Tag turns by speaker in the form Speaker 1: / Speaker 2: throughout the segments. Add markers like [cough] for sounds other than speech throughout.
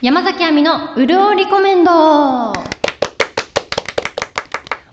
Speaker 1: 山崎亜美のうるおリコメンド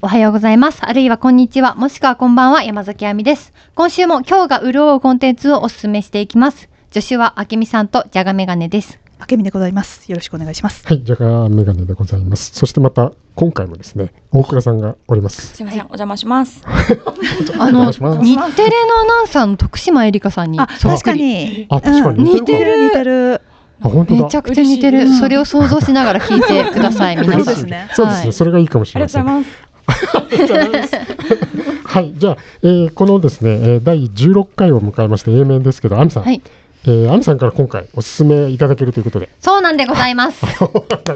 Speaker 1: おはようございます。あるいはこんにちは。もしくはこんばんは。山崎亜美です。今週も今日が潤うコンテンツをお勧めしていきます。助手は明美さんとじゃがメガネです。
Speaker 2: あけみでございます。よろしくお願いします。
Speaker 3: はい、じゃがメガネでございます。そしてまた今回もですね、大倉さんがおります。
Speaker 4: すいません、お邪魔します。
Speaker 1: あ
Speaker 3: お願
Speaker 1: の、日
Speaker 3: いし
Speaker 1: テレの
Speaker 3: ま
Speaker 1: ア
Speaker 3: す
Speaker 1: ナウンサーの徳島えりかさんに。
Speaker 2: あ、
Speaker 3: そう
Speaker 2: 確かに。
Speaker 3: あ、確かに
Speaker 1: うん
Speaker 3: 似てる
Speaker 2: 似てる。
Speaker 3: あ、本当だ。
Speaker 1: めちゃくちゃ似て
Speaker 2: う
Speaker 1: る。
Speaker 2: ん
Speaker 1: それを想像しながら聞いてください、
Speaker 2: 嬉し
Speaker 1: 皆
Speaker 2: い
Speaker 1: さ
Speaker 2: で
Speaker 1: ん
Speaker 2: す。ね。
Speaker 3: そうですね、
Speaker 1: はい
Speaker 3: それがいいかもし
Speaker 4: あ
Speaker 3: れ
Speaker 4: り
Speaker 3: ま
Speaker 4: がと
Speaker 3: せ。
Speaker 4: うんございます。
Speaker 3: はい、じゃあ、えーこのですね、えー第16回を迎えまして、A 面ですけど、アミさん、
Speaker 1: はい。
Speaker 3: えーアミさんから今回お勧めいただけるということで、 [laughs]
Speaker 1: そうなんでございます。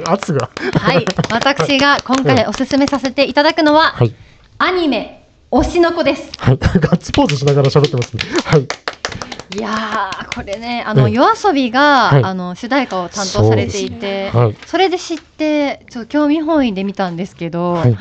Speaker 3: 圧が、
Speaker 1: はい。私が今回おすすめさせていただくのは、
Speaker 3: はい、
Speaker 1: アニメ、推しの子です。
Speaker 3: はい、ガッツポーズしながら喋ってますね。はい、
Speaker 1: いやー、これね、あの、
Speaker 3: ええ
Speaker 1: 夜遊びが、
Speaker 3: はい
Speaker 1: あの、主題歌を担当されていて、そ,、
Speaker 3: はい、 [laughs]
Speaker 1: れで知って、ちょっと興味本位で見たんですけど、
Speaker 3: はい、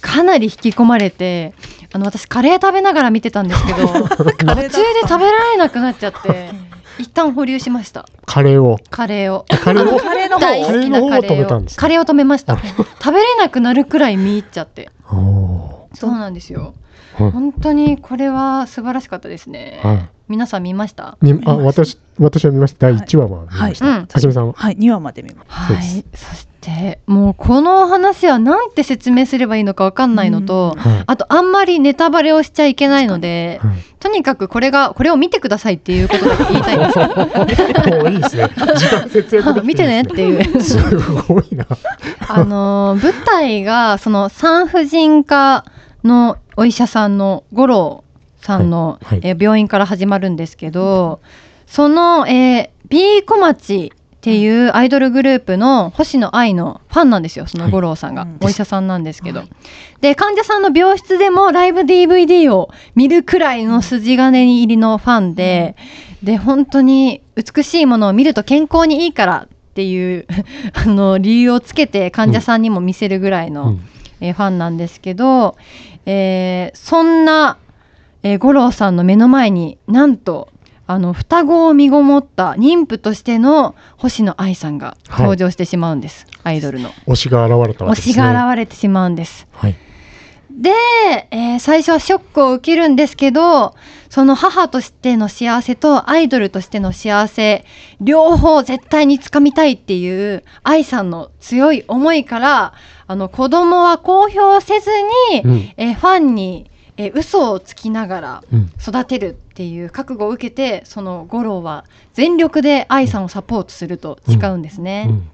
Speaker 1: かなり引き込まれて、あの、私、カレー食べながら見てたんですけ
Speaker 3: [laughs]
Speaker 1: ど、途
Speaker 2: あ
Speaker 1: 中で食べられなくなっちゃって、一旦保留しました。
Speaker 3: カレーを、
Speaker 1: カレーを。
Speaker 3: カレーを、
Speaker 2: カレーの方
Speaker 1: 大好きなカ
Speaker 3: カレーの方を止
Speaker 1: レ
Speaker 3: めた
Speaker 1: ー
Speaker 3: ん
Speaker 1: を
Speaker 3: ですね
Speaker 1: カレーを止めました
Speaker 3: あ
Speaker 1: 食べれなくなるくらい見入っちゃって
Speaker 3: お
Speaker 1: そうなんですよ
Speaker 3: ーはい
Speaker 1: 本当にこれは素晴らしかったですね、
Speaker 3: はい。
Speaker 1: 皆さん見ました
Speaker 3: に
Speaker 2: 見
Speaker 3: あ
Speaker 2: ました
Speaker 3: 私私は見ました第1話は見ました。
Speaker 1: はいうん
Speaker 3: はじめさんは
Speaker 2: はい、2話まで見ます。
Speaker 1: は
Speaker 3: そう
Speaker 1: いそしてもうこのお話はなんて説明すればいいのかわかんないのと、
Speaker 2: うん
Speaker 3: はい
Speaker 1: あとあんまりネタバレをしちゃいけないので
Speaker 3: は
Speaker 1: とにかくこれがこれを見てくださいっていうことだけ言いたいです
Speaker 3: い。もういいですね。時間節約できていいです
Speaker 1: 見てねっていう
Speaker 3: [laughs] すごいな。
Speaker 1: あのー舞台がその産婦人科のお医者さんの五郎さんの、
Speaker 3: はいはい
Speaker 1: えー病院から始まるんですけどその、えー、B 小町っていうアイドルグループの星野愛のファンなんですよその五郎さんが、
Speaker 2: はいうん
Speaker 1: お医者さんなんですけど、
Speaker 2: はい
Speaker 1: で患者さんの病室でもライブ DVD を見るくらいの筋金入りのファンで、で本当に美しいものを見ると健康にいいからっていう [laughs] あの理由をつけて患者さんにも見せるぐらいの、
Speaker 3: うん
Speaker 1: えーファンなんですけど、えーそんな、えー五郎さんの目の前になんとあの双子を身ごもった妊婦としての星野愛さんが登場してしまうんです、アイドルの
Speaker 3: 推しが現れたわ
Speaker 1: 推
Speaker 3: けですね。
Speaker 1: しが現れてしまうんです。
Speaker 3: はい。
Speaker 1: で、えー最初はショックを受けるんですけどその母としての幸せとアイドルとしての幸せ両方絶対につかみたいっていう愛さんの強い思いからあの子供は公表せずに、
Speaker 3: うん
Speaker 1: えーファンに、えー嘘をつきながら
Speaker 3: うん
Speaker 1: 育てるっていう覚悟を受けてその五郎は全力で愛さんをサポートすると誓うんです
Speaker 3: う
Speaker 1: ね。
Speaker 3: ん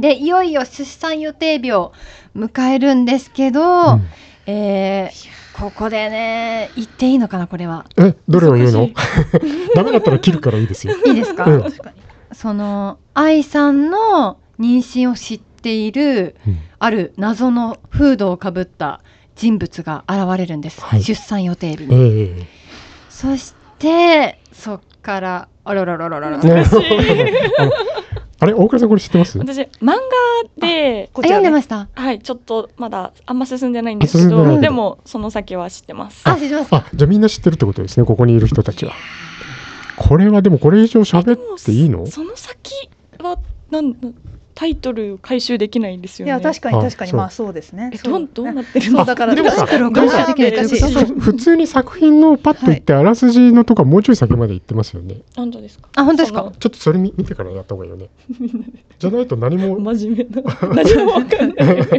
Speaker 1: でいよいよ出産予定日を迎えるんですけ
Speaker 3: う
Speaker 1: ど。
Speaker 3: ん
Speaker 1: えー、ここでね言っていいのかなこれは
Speaker 3: えどれを言うの
Speaker 4: 難しい？
Speaker 3: [laughs] ダメだったら切るからいいですよ。
Speaker 1: いいですか、
Speaker 3: うん
Speaker 2: 確かに。
Speaker 1: その愛さんの妊娠を知っている
Speaker 3: うん
Speaker 1: ある謎のフードをかぶった人物が現れるんです、
Speaker 3: はい
Speaker 1: 出産予定日に、
Speaker 3: ええ。
Speaker 1: そしてそっからあらららららら
Speaker 4: うん
Speaker 3: ねあの [laughs] あれ大倉さんこれ知ってます？
Speaker 4: 私、漫画で、こ
Speaker 1: あ読んでま
Speaker 4: し
Speaker 1: した
Speaker 4: た。はい、ちょっとまだあんま進んでないんですけ
Speaker 3: 進んでない
Speaker 4: ど、
Speaker 3: けど
Speaker 4: でもその先は知ってます。
Speaker 1: あ、失礼しました
Speaker 3: あじゃあみんな知ってるってことですね。ここにいる人たちは。これはでもこれ以上喋っていいの？
Speaker 4: その先はなんタイトル回収できないんですよ
Speaker 2: い
Speaker 4: ね。
Speaker 2: や、確かに
Speaker 3: あ
Speaker 2: 確かに。
Speaker 3: そう
Speaker 2: まあそうですね
Speaker 4: え。
Speaker 2: そ
Speaker 4: ど
Speaker 2: うん
Speaker 4: どう
Speaker 2: ね
Speaker 4: なってる
Speaker 2: そ
Speaker 4: の
Speaker 2: うだから、
Speaker 3: でもさ
Speaker 2: ど
Speaker 1: ど
Speaker 2: う
Speaker 1: うや
Speaker 2: や
Speaker 1: って
Speaker 2: っ
Speaker 1: 切る
Speaker 2: て切る
Speaker 1: か
Speaker 2: か
Speaker 1: って
Speaker 2: し
Speaker 1: こと
Speaker 3: そう普通に作品のパッと言ってあらすじのとかもうちょい先まで行ってますよね。
Speaker 4: 本当ですか。
Speaker 1: あ本当ですか
Speaker 4: その
Speaker 3: ちょっとそれ見見てからやった方がい
Speaker 1: [laughs]
Speaker 3: いよね。じゃないと何も。
Speaker 4: 真面目な。何もわかん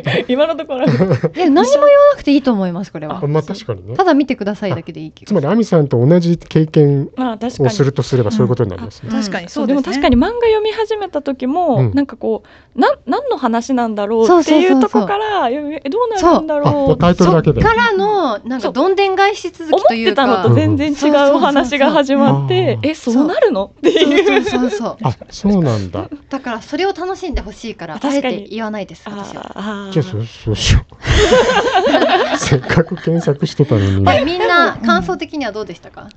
Speaker 4: ない。今のところ。
Speaker 1: え何も言わなくていいと思いますこれ
Speaker 3: あ
Speaker 1: は
Speaker 3: まあ確かにね
Speaker 1: た。だ見てくださいだけでいいけ
Speaker 3: つ
Speaker 1: ど
Speaker 3: まり亜美さんと同じ経験
Speaker 4: まあ確か
Speaker 3: を
Speaker 4: に。
Speaker 3: するとすればそういうことになりますね。
Speaker 2: 確かに、
Speaker 4: そ
Speaker 2: そうう
Speaker 4: で
Speaker 2: です
Speaker 4: も
Speaker 2: ね。
Speaker 4: 確かに漫画読み始めた時も、
Speaker 3: うん
Speaker 4: なんかこうなん何の話なんだろ
Speaker 1: そうう
Speaker 4: っ
Speaker 1: そう
Speaker 4: て
Speaker 1: そうそう
Speaker 4: いうとこから読みえどうなるんだ
Speaker 3: あも
Speaker 4: ろ
Speaker 3: う
Speaker 4: う
Speaker 3: タイトルだけで。
Speaker 1: からのなんかどんでん返し続
Speaker 4: 思
Speaker 1: き
Speaker 4: っ
Speaker 1: とい
Speaker 4: て
Speaker 1: うか
Speaker 4: たのと全然違うお話が始まっ
Speaker 3: う
Speaker 4: て
Speaker 3: ん
Speaker 4: えそうなるのって
Speaker 1: そ
Speaker 4: いうう。
Speaker 1: そうそうそう
Speaker 3: あそうなんだ。
Speaker 1: だからそれを楽しんでほしいから
Speaker 4: あ
Speaker 1: あえ
Speaker 4: 確かに
Speaker 1: て言わないです私は。
Speaker 4: あ
Speaker 3: じゃあそ
Speaker 4: ー
Speaker 3: うそうしよう。せっかく検索してたのに。
Speaker 1: えみんな
Speaker 2: うん
Speaker 1: 感想的にはどうでしたか？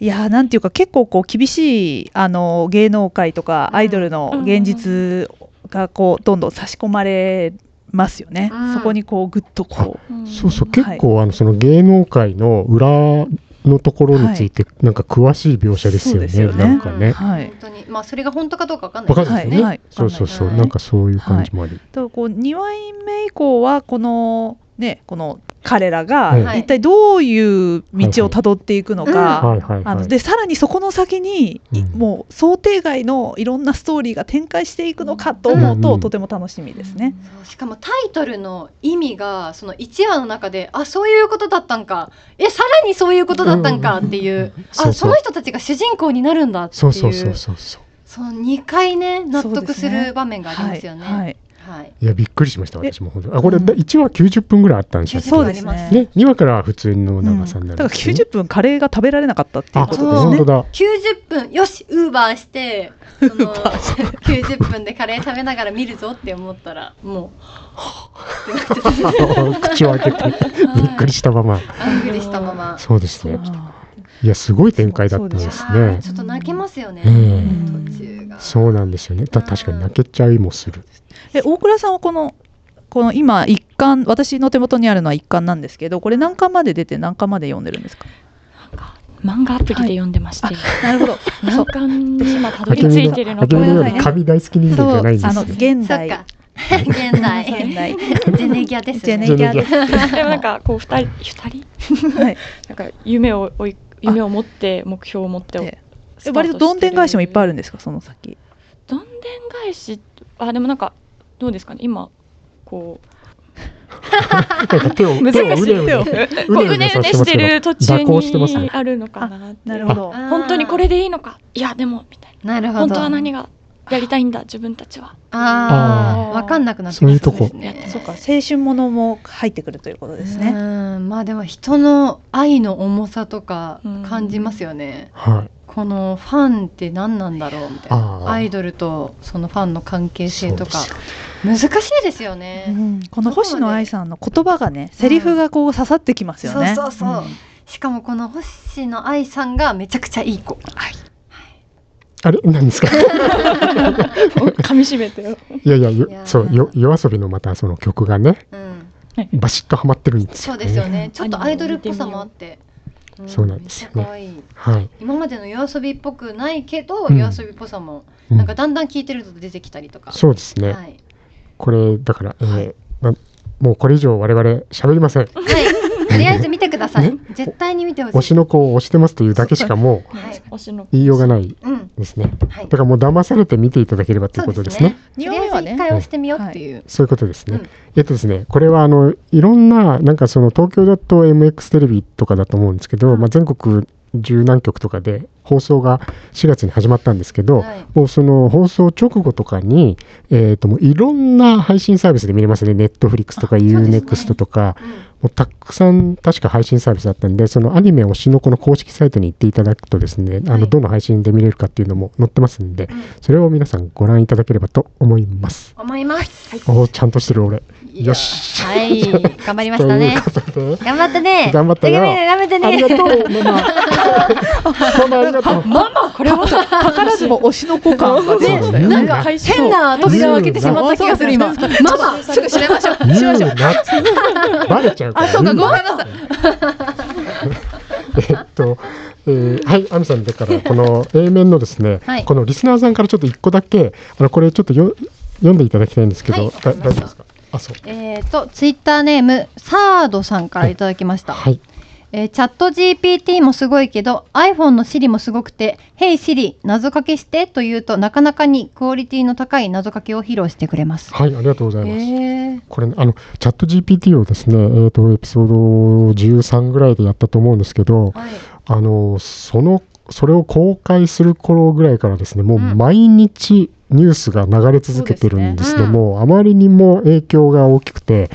Speaker 2: いやーなんていうか結構こう厳しいあの芸能界とか
Speaker 1: うん
Speaker 2: アイドルの現実がこうどんどん差し込まれますよね、
Speaker 1: うん
Speaker 2: そこにこうぐっとこう
Speaker 4: ん
Speaker 3: そうそう結構あのその芸能界の裏のところについて、なんか詳しい描写ですよね。
Speaker 2: そうですよね
Speaker 3: なんかね。
Speaker 2: はい
Speaker 1: 本当にまあそれが本当かどうかわかんない
Speaker 3: わかん
Speaker 1: で
Speaker 3: な
Speaker 1: す
Speaker 3: い
Speaker 1: よ
Speaker 3: ですよね。
Speaker 1: ね。
Speaker 2: はい
Speaker 3: そうそうそう。
Speaker 1: はい
Speaker 3: なんかそういう感じもあり。
Speaker 2: だからこう2枚目以降はこのねこの彼ら
Speaker 3: は
Speaker 2: が
Speaker 1: い
Speaker 2: 一体どういう道をたどっていくの
Speaker 1: は
Speaker 2: か。
Speaker 3: はいはい
Speaker 2: あ
Speaker 3: は
Speaker 2: の
Speaker 3: い。
Speaker 2: でさらにそこの先に、い
Speaker 3: うん
Speaker 2: もう想定外のいろんなストーリーが展開していくのかと思うと、
Speaker 3: うん
Speaker 2: とても楽しみですね。
Speaker 1: そうしかもタイトルの意味がその1話の中であそういうことだったんかえさらにそういうことだったんかっていう、
Speaker 3: そう
Speaker 1: あ
Speaker 3: そ
Speaker 1: そうの人たちが主人公になるんだっていう
Speaker 3: そうそうそうそうそう。
Speaker 1: その2回ね納
Speaker 2: そう
Speaker 1: 得
Speaker 2: です
Speaker 1: す
Speaker 2: ね
Speaker 1: る場面がありますよね。
Speaker 2: はい、はい
Speaker 1: はい
Speaker 3: いやびっくりしました
Speaker 2: え
Speaker 3: 私も本当にあこれ
Speaker 2: うん
Speaker 3: 1話90分ぐらいあったんでしたっけ
Speaker 2: そうですね。
Speaker 3: ね2話から普通の長さにな
Speaker 2: だ
Speaker 3: る
Speaker 2: から
Speaker 3: んですね
Speaker 2: 90分カレーが食べられなかったっていう
Speaker 3: あ
Speaker 2: こ
Speaker 1: そう
Speaker 2: と
Speaker 3: 本
Speaker 2: です
Speaker 3: 当
Speaker 2: ね。
Speaker 3: だ
Speaker 1: 90分よしウーバーしてその
Speaker 2: ウーバ
Speaker 1: 90分でカレー食べながら見るぞって思ったらもうってなって
Speaker 3: 口を開けてびっくりしたまま
Speaker 1: たあんぐりしたまま
Speaker 3: そうですね
Speaker 2: あ
Speaker 3: いやすごい展開だった
Speaker 1: い
Speaker 3: んで
Speaker 1: や
Speaker 3: す
Speaker 1: ー
Speaker 3: ね
Speaker 1: ちょっと泣けますよね、
Speaker 3: うん
Speaker 1: 途中が
Speaker 3: そうなんですよねた確かに泣けちゃいもする
Speaker 2: ーえ大倉さんはこのこの今一巻私の手元にあるのは一巻なんですけどこれ何巻まで出て何巻まで読んでるんですか
Speaker 4: 漫画アプリで読んでまして、
Speaker 2: なるほど
Speaker 4: 難関に今たど
Speaker 3: あ
Speaker 4: り
Speaker 3: け
Speaker 4: 着
Speaker 3: み
Speaker 4: い
Speaker 3: が
Speaker 4: てる
Speaker 3: あ
Speaker 4: の
Speaker 3: け
Speaker 4: か
Speaker 3: み
Speaker 2: ごめんな
Speaker 3: が
Speaker 2: さいね
Speaker 3: 紙大好き人間じ
Speaker 2: そう
Speaker 3: ゃ
Speaker 2: あ
Speaker 3: ないんで
Speaker 2: の
Speaker 3: すよ
Speaker 2: 現
Speaker 1: そっ
Speaker 2: 代
Speaker 1: か現
Speaker 3: [laughs]
Speaker 1: 代
Speaker 2: 現代
Speaker 1: ジェネギアです
Speaker 2: ジェ
Speaker 1: ね
Speaker 2: ネギャーです
Speaker 4: でもなんかこう二 [laughs] 人二人
Speaker 2: はい
Speaker 4: なんか夢を追い夢を持って目標を持って
Speaker 2: でえ割とどんでん返しもいっぱいあ
Speaker 4: る
Speaker 2: るんですかその先
Speaker 4: どんでん返しあでもなんかどうですかね今こう
Speaker 3: なんか手を
Speaker 4: 難し
Speaker 3: 手を
Speaker 4: い
Speaker 3: 腕を
Speaker 4: 手を
Speaker 3: ね
Speaker 4: こう
Speaker 3: うねうね
Speaker 4: うねうねしてる途中
Speaker 3: 蛇行してますね
Speaker 4: にあるのかなって
Speaker 2: なるほど
Speaker 1: あー
Speaker 4: 本当にこれでいいのかいやでもみたい
Speaker 1: なるほど
Speaker 4: な本当は何がやりたいんだ自分たちは
Speaker 1: ああ
Speaker 4: あー
Speaker 1: 分かんなくなって
Speaker 3: そういうとこ
Speaker 1: きます
Speaker 4: い
Speaker 1: ね
Speaker 4: や
Speaker 2: そうか青春ものも入ってくるということですね
Speaker 1: うんまあでも人の愛の重さとか
Speaker 4: うん
Speaker 1: 感じますよね、
Speaker 3: はい
Speaker 1: このファンって何なんだろうみたい
Speaker 3: あ
Speaker 1: な
Speaker 3: ー
Speaker 1: アイドルとそのファンの関係性とか
Speaker 3: そう
Speaker 1: 難しいですよ
Speaker 2: う
Speaker 1: ね、
Speaker 2: んこの星野愛さんの言葉がねセリフがこう刺さってきますよね
Speaker 1: そうそうそうんしかもこの星野愛さんがめちゃくちゃいい子
Speaker 3: あれ何ですか
Speaker 4: 噛み締めてよ
Speaker 3: いやいやよ
Speaker 1: いやー
Speaker 3: そうよ夜遊びのまたその曲がね
Speaker 1: うん
Speaker 3: バシッとはまってるんです
Speaker 1: そう
Speaker 3: よ
Speaker 1: ですよ
Speaker 3: ね
Speaker 1: ねちょっとアイドルっぽさもあって
Speaker 3: そうなんですよね
Speaker 1: めっちゃ可愛い
Speaker 3: はい
Speaker 1: 今までの夜遊びっぽくないけど、
Speaker 3: うん
Speaker 1: 夜遊びっぽさも
Speaker 3: うん
Speaker 1: なんかだんだん聞いてると出てきたりとか、
Speaker 3: そうですね
Speaker 1: はい、
Speaker 3: これだから、えーなんもうこれ以上我々喋りません
Speaker 1: はい、とりあえず見てください、
Speaker 3: ね
Speaker 1: 絶対に見てほしい
Speaker 3: 推しの子を推してますというだけしかもう
Speaker 1: はい
Speaker 4: 推しの
Speaker 3: 言いようがない
Speaker 1: うん
Speaker 3: ですね
Speaker 1: はい
Speaker 3: だからもう騙されて見ていただければということですね
Speaker 1: と
Speaker 2: 二
Speaker 1: り
Speaker 2: 話
Speaker 1: あえ
Speaker 2: 目は
Speaker 1: ず一
Speaker 2: ね
Speaker 1: 回押してみようっていう、
Speaker 3: そういうことですね、
Speaker 1: うん
Speaker 3: えっとですねこれはあのいろんななんかその東京だと MX テレビとかだと思うんですけど、
Speaker 1: うん
Speaker 3: まあ、全国十何局とかで放送が4月に始まったんですけど、
Speaker 1: はい
Speaker 3: もうその放送直後とかに、えー、ともういろんな配信サービスで見れますね、ネットフリックスとか
Speaker 1: すね
Speaker 3: UNEXT とか、
Speaker 1: うん
Speaker 3: もうたくさん確か配信サービスだったんで、そのアニメ推しの子の公式サイトに行っていただくとですね、あ
Speaker 1: は
Speaker 3: の
Speaker 1: い
Speaker 3: どの配信で見れるかっていうのも載ってますんで、
Speaker 1: うん
Speaker 3: それを皆さんご覧いただければと思
Speaker 1: [laughs]
Speaker 3: います。
Speaker 1: 思います、
Speaker 3: おお、ちゃんとしてる俺。
Speaker 1: いや
Speaker 3: よし
Speaker 1: はい頑張りましたね
Speaker 3: という
Speaker 1: [laughs]
Speaker 3: ことで、
Speaker 1: 頑張ったね
Speaker 3: 頑張ったよ
Speaker 1: 頑張った
Speaker 3: ありが
Speaker 1: ね
Speaker 3: とう、マ
Speaker 1: [laughs]
Speaker 3: マ。ママありがとう。
Speaker 2: まあまあこれは
Speaker 4: [laughs]
Speaker 2: 宝ずも推しの子感が出ましたよ
Speaker 3: ね
Speaker 2: ね
Speaker 3: なんか
Speaker 1: 変な扉を開けてしまった気がする今
Speaker 2: そう
Speaker 1: ママすぐ閉めましょう
Speaker 3: 言う
Speaker 1: [laughs]
Speaker 3: なってバレちゃうから。
Speaker 2: あそうか
Speaker 3: 言
Speaker 2: ご
Speaker 3: な
Speaker 2: めんなさい
Speaker 3: えっと、えーはい、アミさんだから、
Speaker 1: [laughs]
Speaker 3: この A 面のですね、
Speaker 1: はい
Speaker 3: このリスナーさんからちょっと一個だけ、あのこれちょっとよ読んでいただきたいんですけど、
Speaker 1: はい
Speaker 3: だ大丈夫ですかあ、そう。
Speaker 1: えー、とツイッターネームサードさんからいただきました、
Speaker 3: はい。
Speaker 1: えーチャット GPT もすごいけど iPhone の Siri もすごくて「Hey Siri 謎かけして」と言うとなかなかにクオリティの高い謎かけを披露してくれます。
Speaker 3: はい、ありがとうございます。
Speaker 1: えー
Speaker 3: これね、あのチャット GPT をですね、えー、とエピソード13ぐらいでやったと思うんですけど、
Speaker 1: はい、
Speaker 3: あのそのそれを公開する頃ぐらいからですねもう
Speaker 1: うん
Speaker 3: 毎日ニュースが流れ続けてるんですね
Speaker 1: そうですねうん
Speaker 3: もうあまりにも影響が大きくて、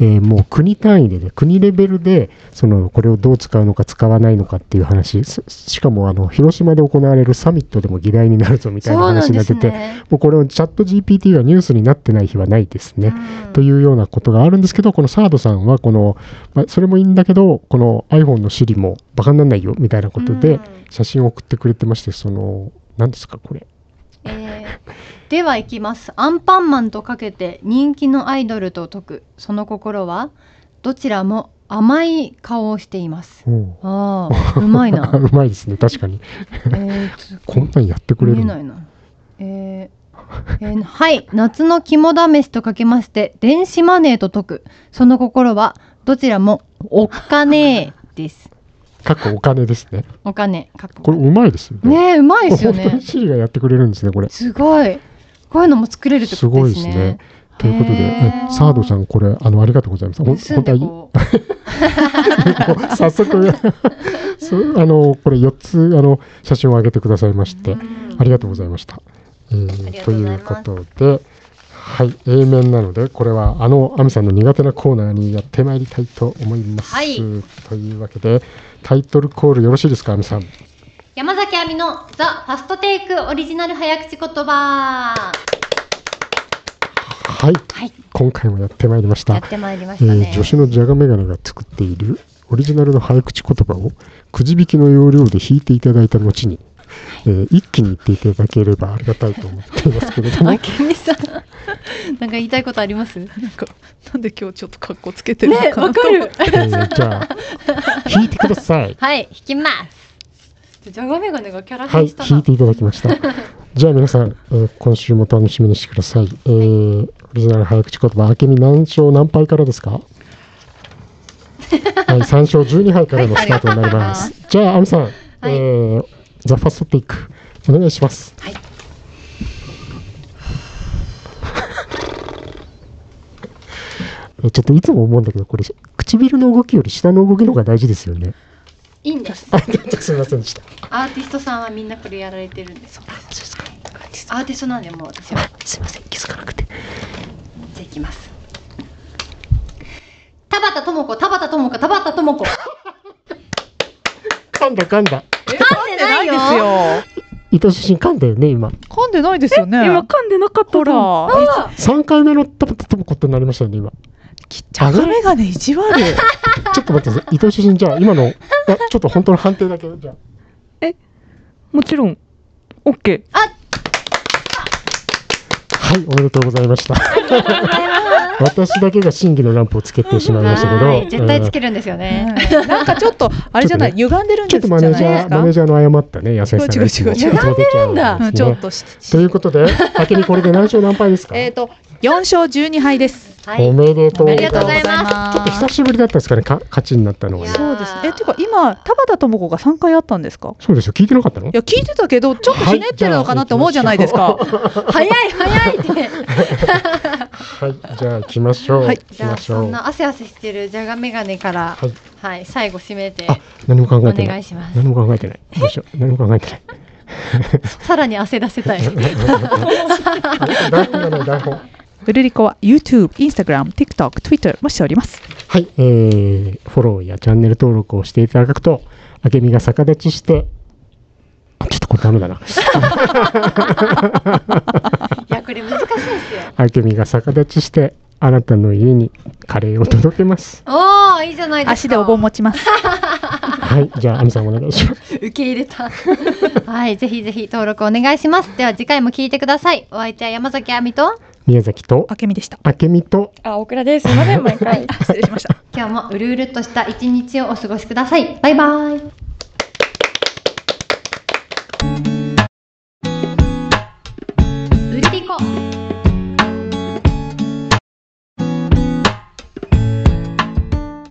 Speaker 3: えーもう国単位でね国レベルでそのこれをどう使うのか使わないのかっていう話すしかもあの広島で行われるサミットでも議題になるぞみたいな
Speaker 1: そうな
Speaker 3: 話
Speaker 1: んで
Speaker 3: が
Speaker 1: す
Speaker 3: 出て、
Speaker 1: ね。
Speaker 3: もうこれをチャット GPT がニュースになってない日はないですね。
Speaker 1: うん
Speaker 3: というようなことがあるんですけど、このサードさんは、この、まあ、それもいいんだけど、この iPhone の Siri もバカにならないよみたいなことで、写真を送ってくれてまして、その、何ですか、これ。
Speaker 1: うんえーではいきます。アンパンマンとかけて人気のアイドルと解くその心はどちらも甘い顔をしています。
Speaker 3: うん
Speaker 1: あ
Speaker 3: [laughs]
Speaker 1: あ、うまいな。
Speaker 3: うまいですね、確かに。
Speaker 1: えー、つ
Speaker 3: こんなんやってくれ
Speaker 1: 見え
Speaker 3: るの
Speaker 1: な。いな。えーえーはい夏の肝試しとかけまして電子マネーと解くその心はどちらもお金です
Speaker 3: かっこお金ですね。
Speaker 1: お金かっこ
Speaker 3: これうまいですよね。
Speaker 1: ねえうまいで
Speaker 3: こ
Speaker 1: す
Speaker 3: れ
Speaker 1: よ
Speaker 3: 本当
Speaker 1: ね
Speaker 3: にシリがやってくれるんですね、これ。
Speaker 1: すごいこういうのも作れるって
Speaker 3: す
Speaker 1: こと
Speaker 3: ご
Speaker 1: で
Speaker 3: いですす
Speaker 1: ね
Speaker 3: ね。ということで、
Speaker 1: へ
Speaker 3: え
Speaker 1: ー
Speaker 3: サードさん、これ、あの、ありがとうございます。ほん
Speaker 1: 盗ん
Speaker 3: 本当
Speaker 1: で
Speaker 3: は
Speaker 1: こう
Speaker 3: 早速 [laughs] そうあのこれ4つあの写真を上げてくださいまして [laughs] ありがとうございました。えー
Speaker 1: ありが
Speaker 3: と
Speaker 1: とうご
Speaker 3: い
Speaker 1: ざいう
Speaker 3: こ
Speaker 1: ます
Speaker 3: とで、はい、A 面なのでこれはあのアミさんの苦手なコーナーにやってまいりたいと思います。
Speaker 1: はい
Speaker 3: というわけでタイトルコールよろしいですかアミさん。
Speaker 1: 山崎亜美のザ・ファストテイクオリジナル早口言葉
Speaker 3: はい、
Speaker 1: はい
Speaker 3: 今回もやってまいりました。
Speaker 1: やってまいりま
Speaker 3: え
Speaker 1: したね、
Speaker 3: ー女子のジャガメガネが作っているオリジナルの早口言葉をくじ引きの要領で引いていただいた後に、えー一気に言っていただければありがたいと思っていますけ
Speaker 1: [laughs]
Speaker 3: れども
Speaker 1: あけみさんなんか言いたいことあります
Speaker 2: なんかなんで今日ちょっと格好つけてるのかなと思って
Speaker 3: えーじゃあ引いてください
Speaker 1: [laughs] はい、引きます。じゃがメガネがキャラ
Speaker 3: はい引いていただきましたじゃあ皆さん、えー今週も楽しみにしてください、えーオリジナル早口言葉あけみ何勝何敗からですかはい3勝12敗からのスタートになりますじゃあアミさん、えーザ・ファストテイクお願いします [laughs] えちょっといつも思うんだけど、これ、唇の動きより下の動きの方が大事ですよね。
Speaker 1: いいんです。
Speaker 3: あ、すみませんでした。
Speaker 1: アーティストさんはみんなこれやられてるんです。アーティストなんでもう私は。
Speaker 3: すみません、気づかなくて。
Speaker 1: じゃあいきます。田畑智子、田畑智子、田畑智子。
Speaker 3: 噛んだ噛
Speaker 1: 噛ん
Speaker 3: んだ。
Speaker 1: でないよ。
Speaker 2: ですよ
Speaker 3: 伊藤出身噛んだよね、今。
Speaker 2: 噛んでないですよね
Speaker 4: 今噛んでなかったと
Speaker 2: ほ
Speaker 4: 思う
Speaker 2: ら
Speaker 3: 3回目のタバタタバコってなりましたよね、今。
Speaker 2: きっちゃがメガネ意地
Speaker 1: [laughs]
Speaker 2: 悪
Speaker 3: ちょっと待ってください。伊藤出身、じゃあ、今の、あちょっと本当の判定だけ、じゃあ。
Speaker 4: もちろん OK
Speaker 3: はい、おめでとうございました。私だけが真偽のランプをつけてしまいましたけど、
Speaker 1: はい、絶対つ
Speaker 3: えー
Speaker 1: けるんですよね。
Speaker 2: なんかちょっとあれじゃない歪んでるん
Speaker 3: ちょ
Speaker 2: で
Speaker 3: っと
Speaker 2: す
Speaker 3: マ
Speaker 2: じ
Speaker 3: ネ
Speaker 2: ゃ
Speaker 3: ー
Speaker 2: ないです
Speaker 3: ジャ
Speaker 2: か
Speaker 3: ー、マネージャーの誤ったね、安井さんがいつも。
Speaker 2: 違う違う違う
Speaker 3: 歪んでるんだ
Speaker 2: うんちょっとし
Speaker 3: ということで、あけみこれで何勝何敗ですか
Speaker 2: えっと4勝12敗です
Speaker 1: は
Speaker 3: お
Speaker 1: い。
Speaker 3: めでとう
Speaker 1: ありがとうございます
Speaker 3: ちょっと久しぶりだったんですかね、か勝ちになったのは、
Speaker 1: い
Speaker 3: ね
Speaker 1: や。
Speaker 2: そうですねえっていうか今田畑智子が3回あったんですか
Speaker 3: そうですよ、聞いてなかったの
Speaker 2: いや聞いてたけどちょっとひねってるのかなって思うじゃないですか、
Speaker 1: 早い早いって。
Speaker 3: [laughs] はい、じゃあ行きましょう。
Speaker 2: はい
Speaker 3: 行
Speaker 1: じ
Speaker 3: き
Speaker 1: ゃあ
Speaker 3: ましょ
Speaker 1: そ。
Speaker 3: うん
Speaker 1: な汗汗してるじゃがメガネから、
Speaker 3: はい
Speaker 1: はい、最後締めて
Speaker 3: あ、何も考
Speaker 1: お
Speaker 3: えてな
Speaker 1: 願い
Speaker 3: い。
Speaker 1: します。
Speaker 3: 何も考えてない。どうしよ
Speaker 1: [laughs]
Speaker 3: う。何も考えてない。
Speaker 1: さらに汗出せ [laughs] たい。
Speaker 3: 台本がない、台本。
Speaker 2: ウルリコは YouTube、Instagram、TikTok、Twitter もしております
Speaker 3: はい、えー、フォローやチャンネル登録をしていただくと、あけみが逆立ちして、あ、ちょっとこれダメ
Speaker 1: [laughs]
Speaker 3: だな。
Speaker 1: いやこれ難しいですよ。
Speaker 3: あけみが逆立ちして、あなたの家にカレーを届けます。
Speaker 1: おーいいじゃないですか。
Speaker 2: 足でお盆持ち
Speaker 3: [laughs]
Speaker 2: ます
Speaker 3: はい、じゃあ、あみさんお願いします。
Speaker 1: 受け入れ
Speaker 3: [laughs]
Speaker 1: た。はい、ぜひぜひ登録お願いします。では次回も聞いてください。お相手は山崎亜美と、
Speaker 3: 宮崎と、
Speaker 2: あけみでした
Speaker 3: あけみと、
Speaker 4: あ大倉ですすいません毎回
Speaker 2: 失礼しました
Speaker 1: 今日もうるうるっとした一日をお過ごしください。バイバイ。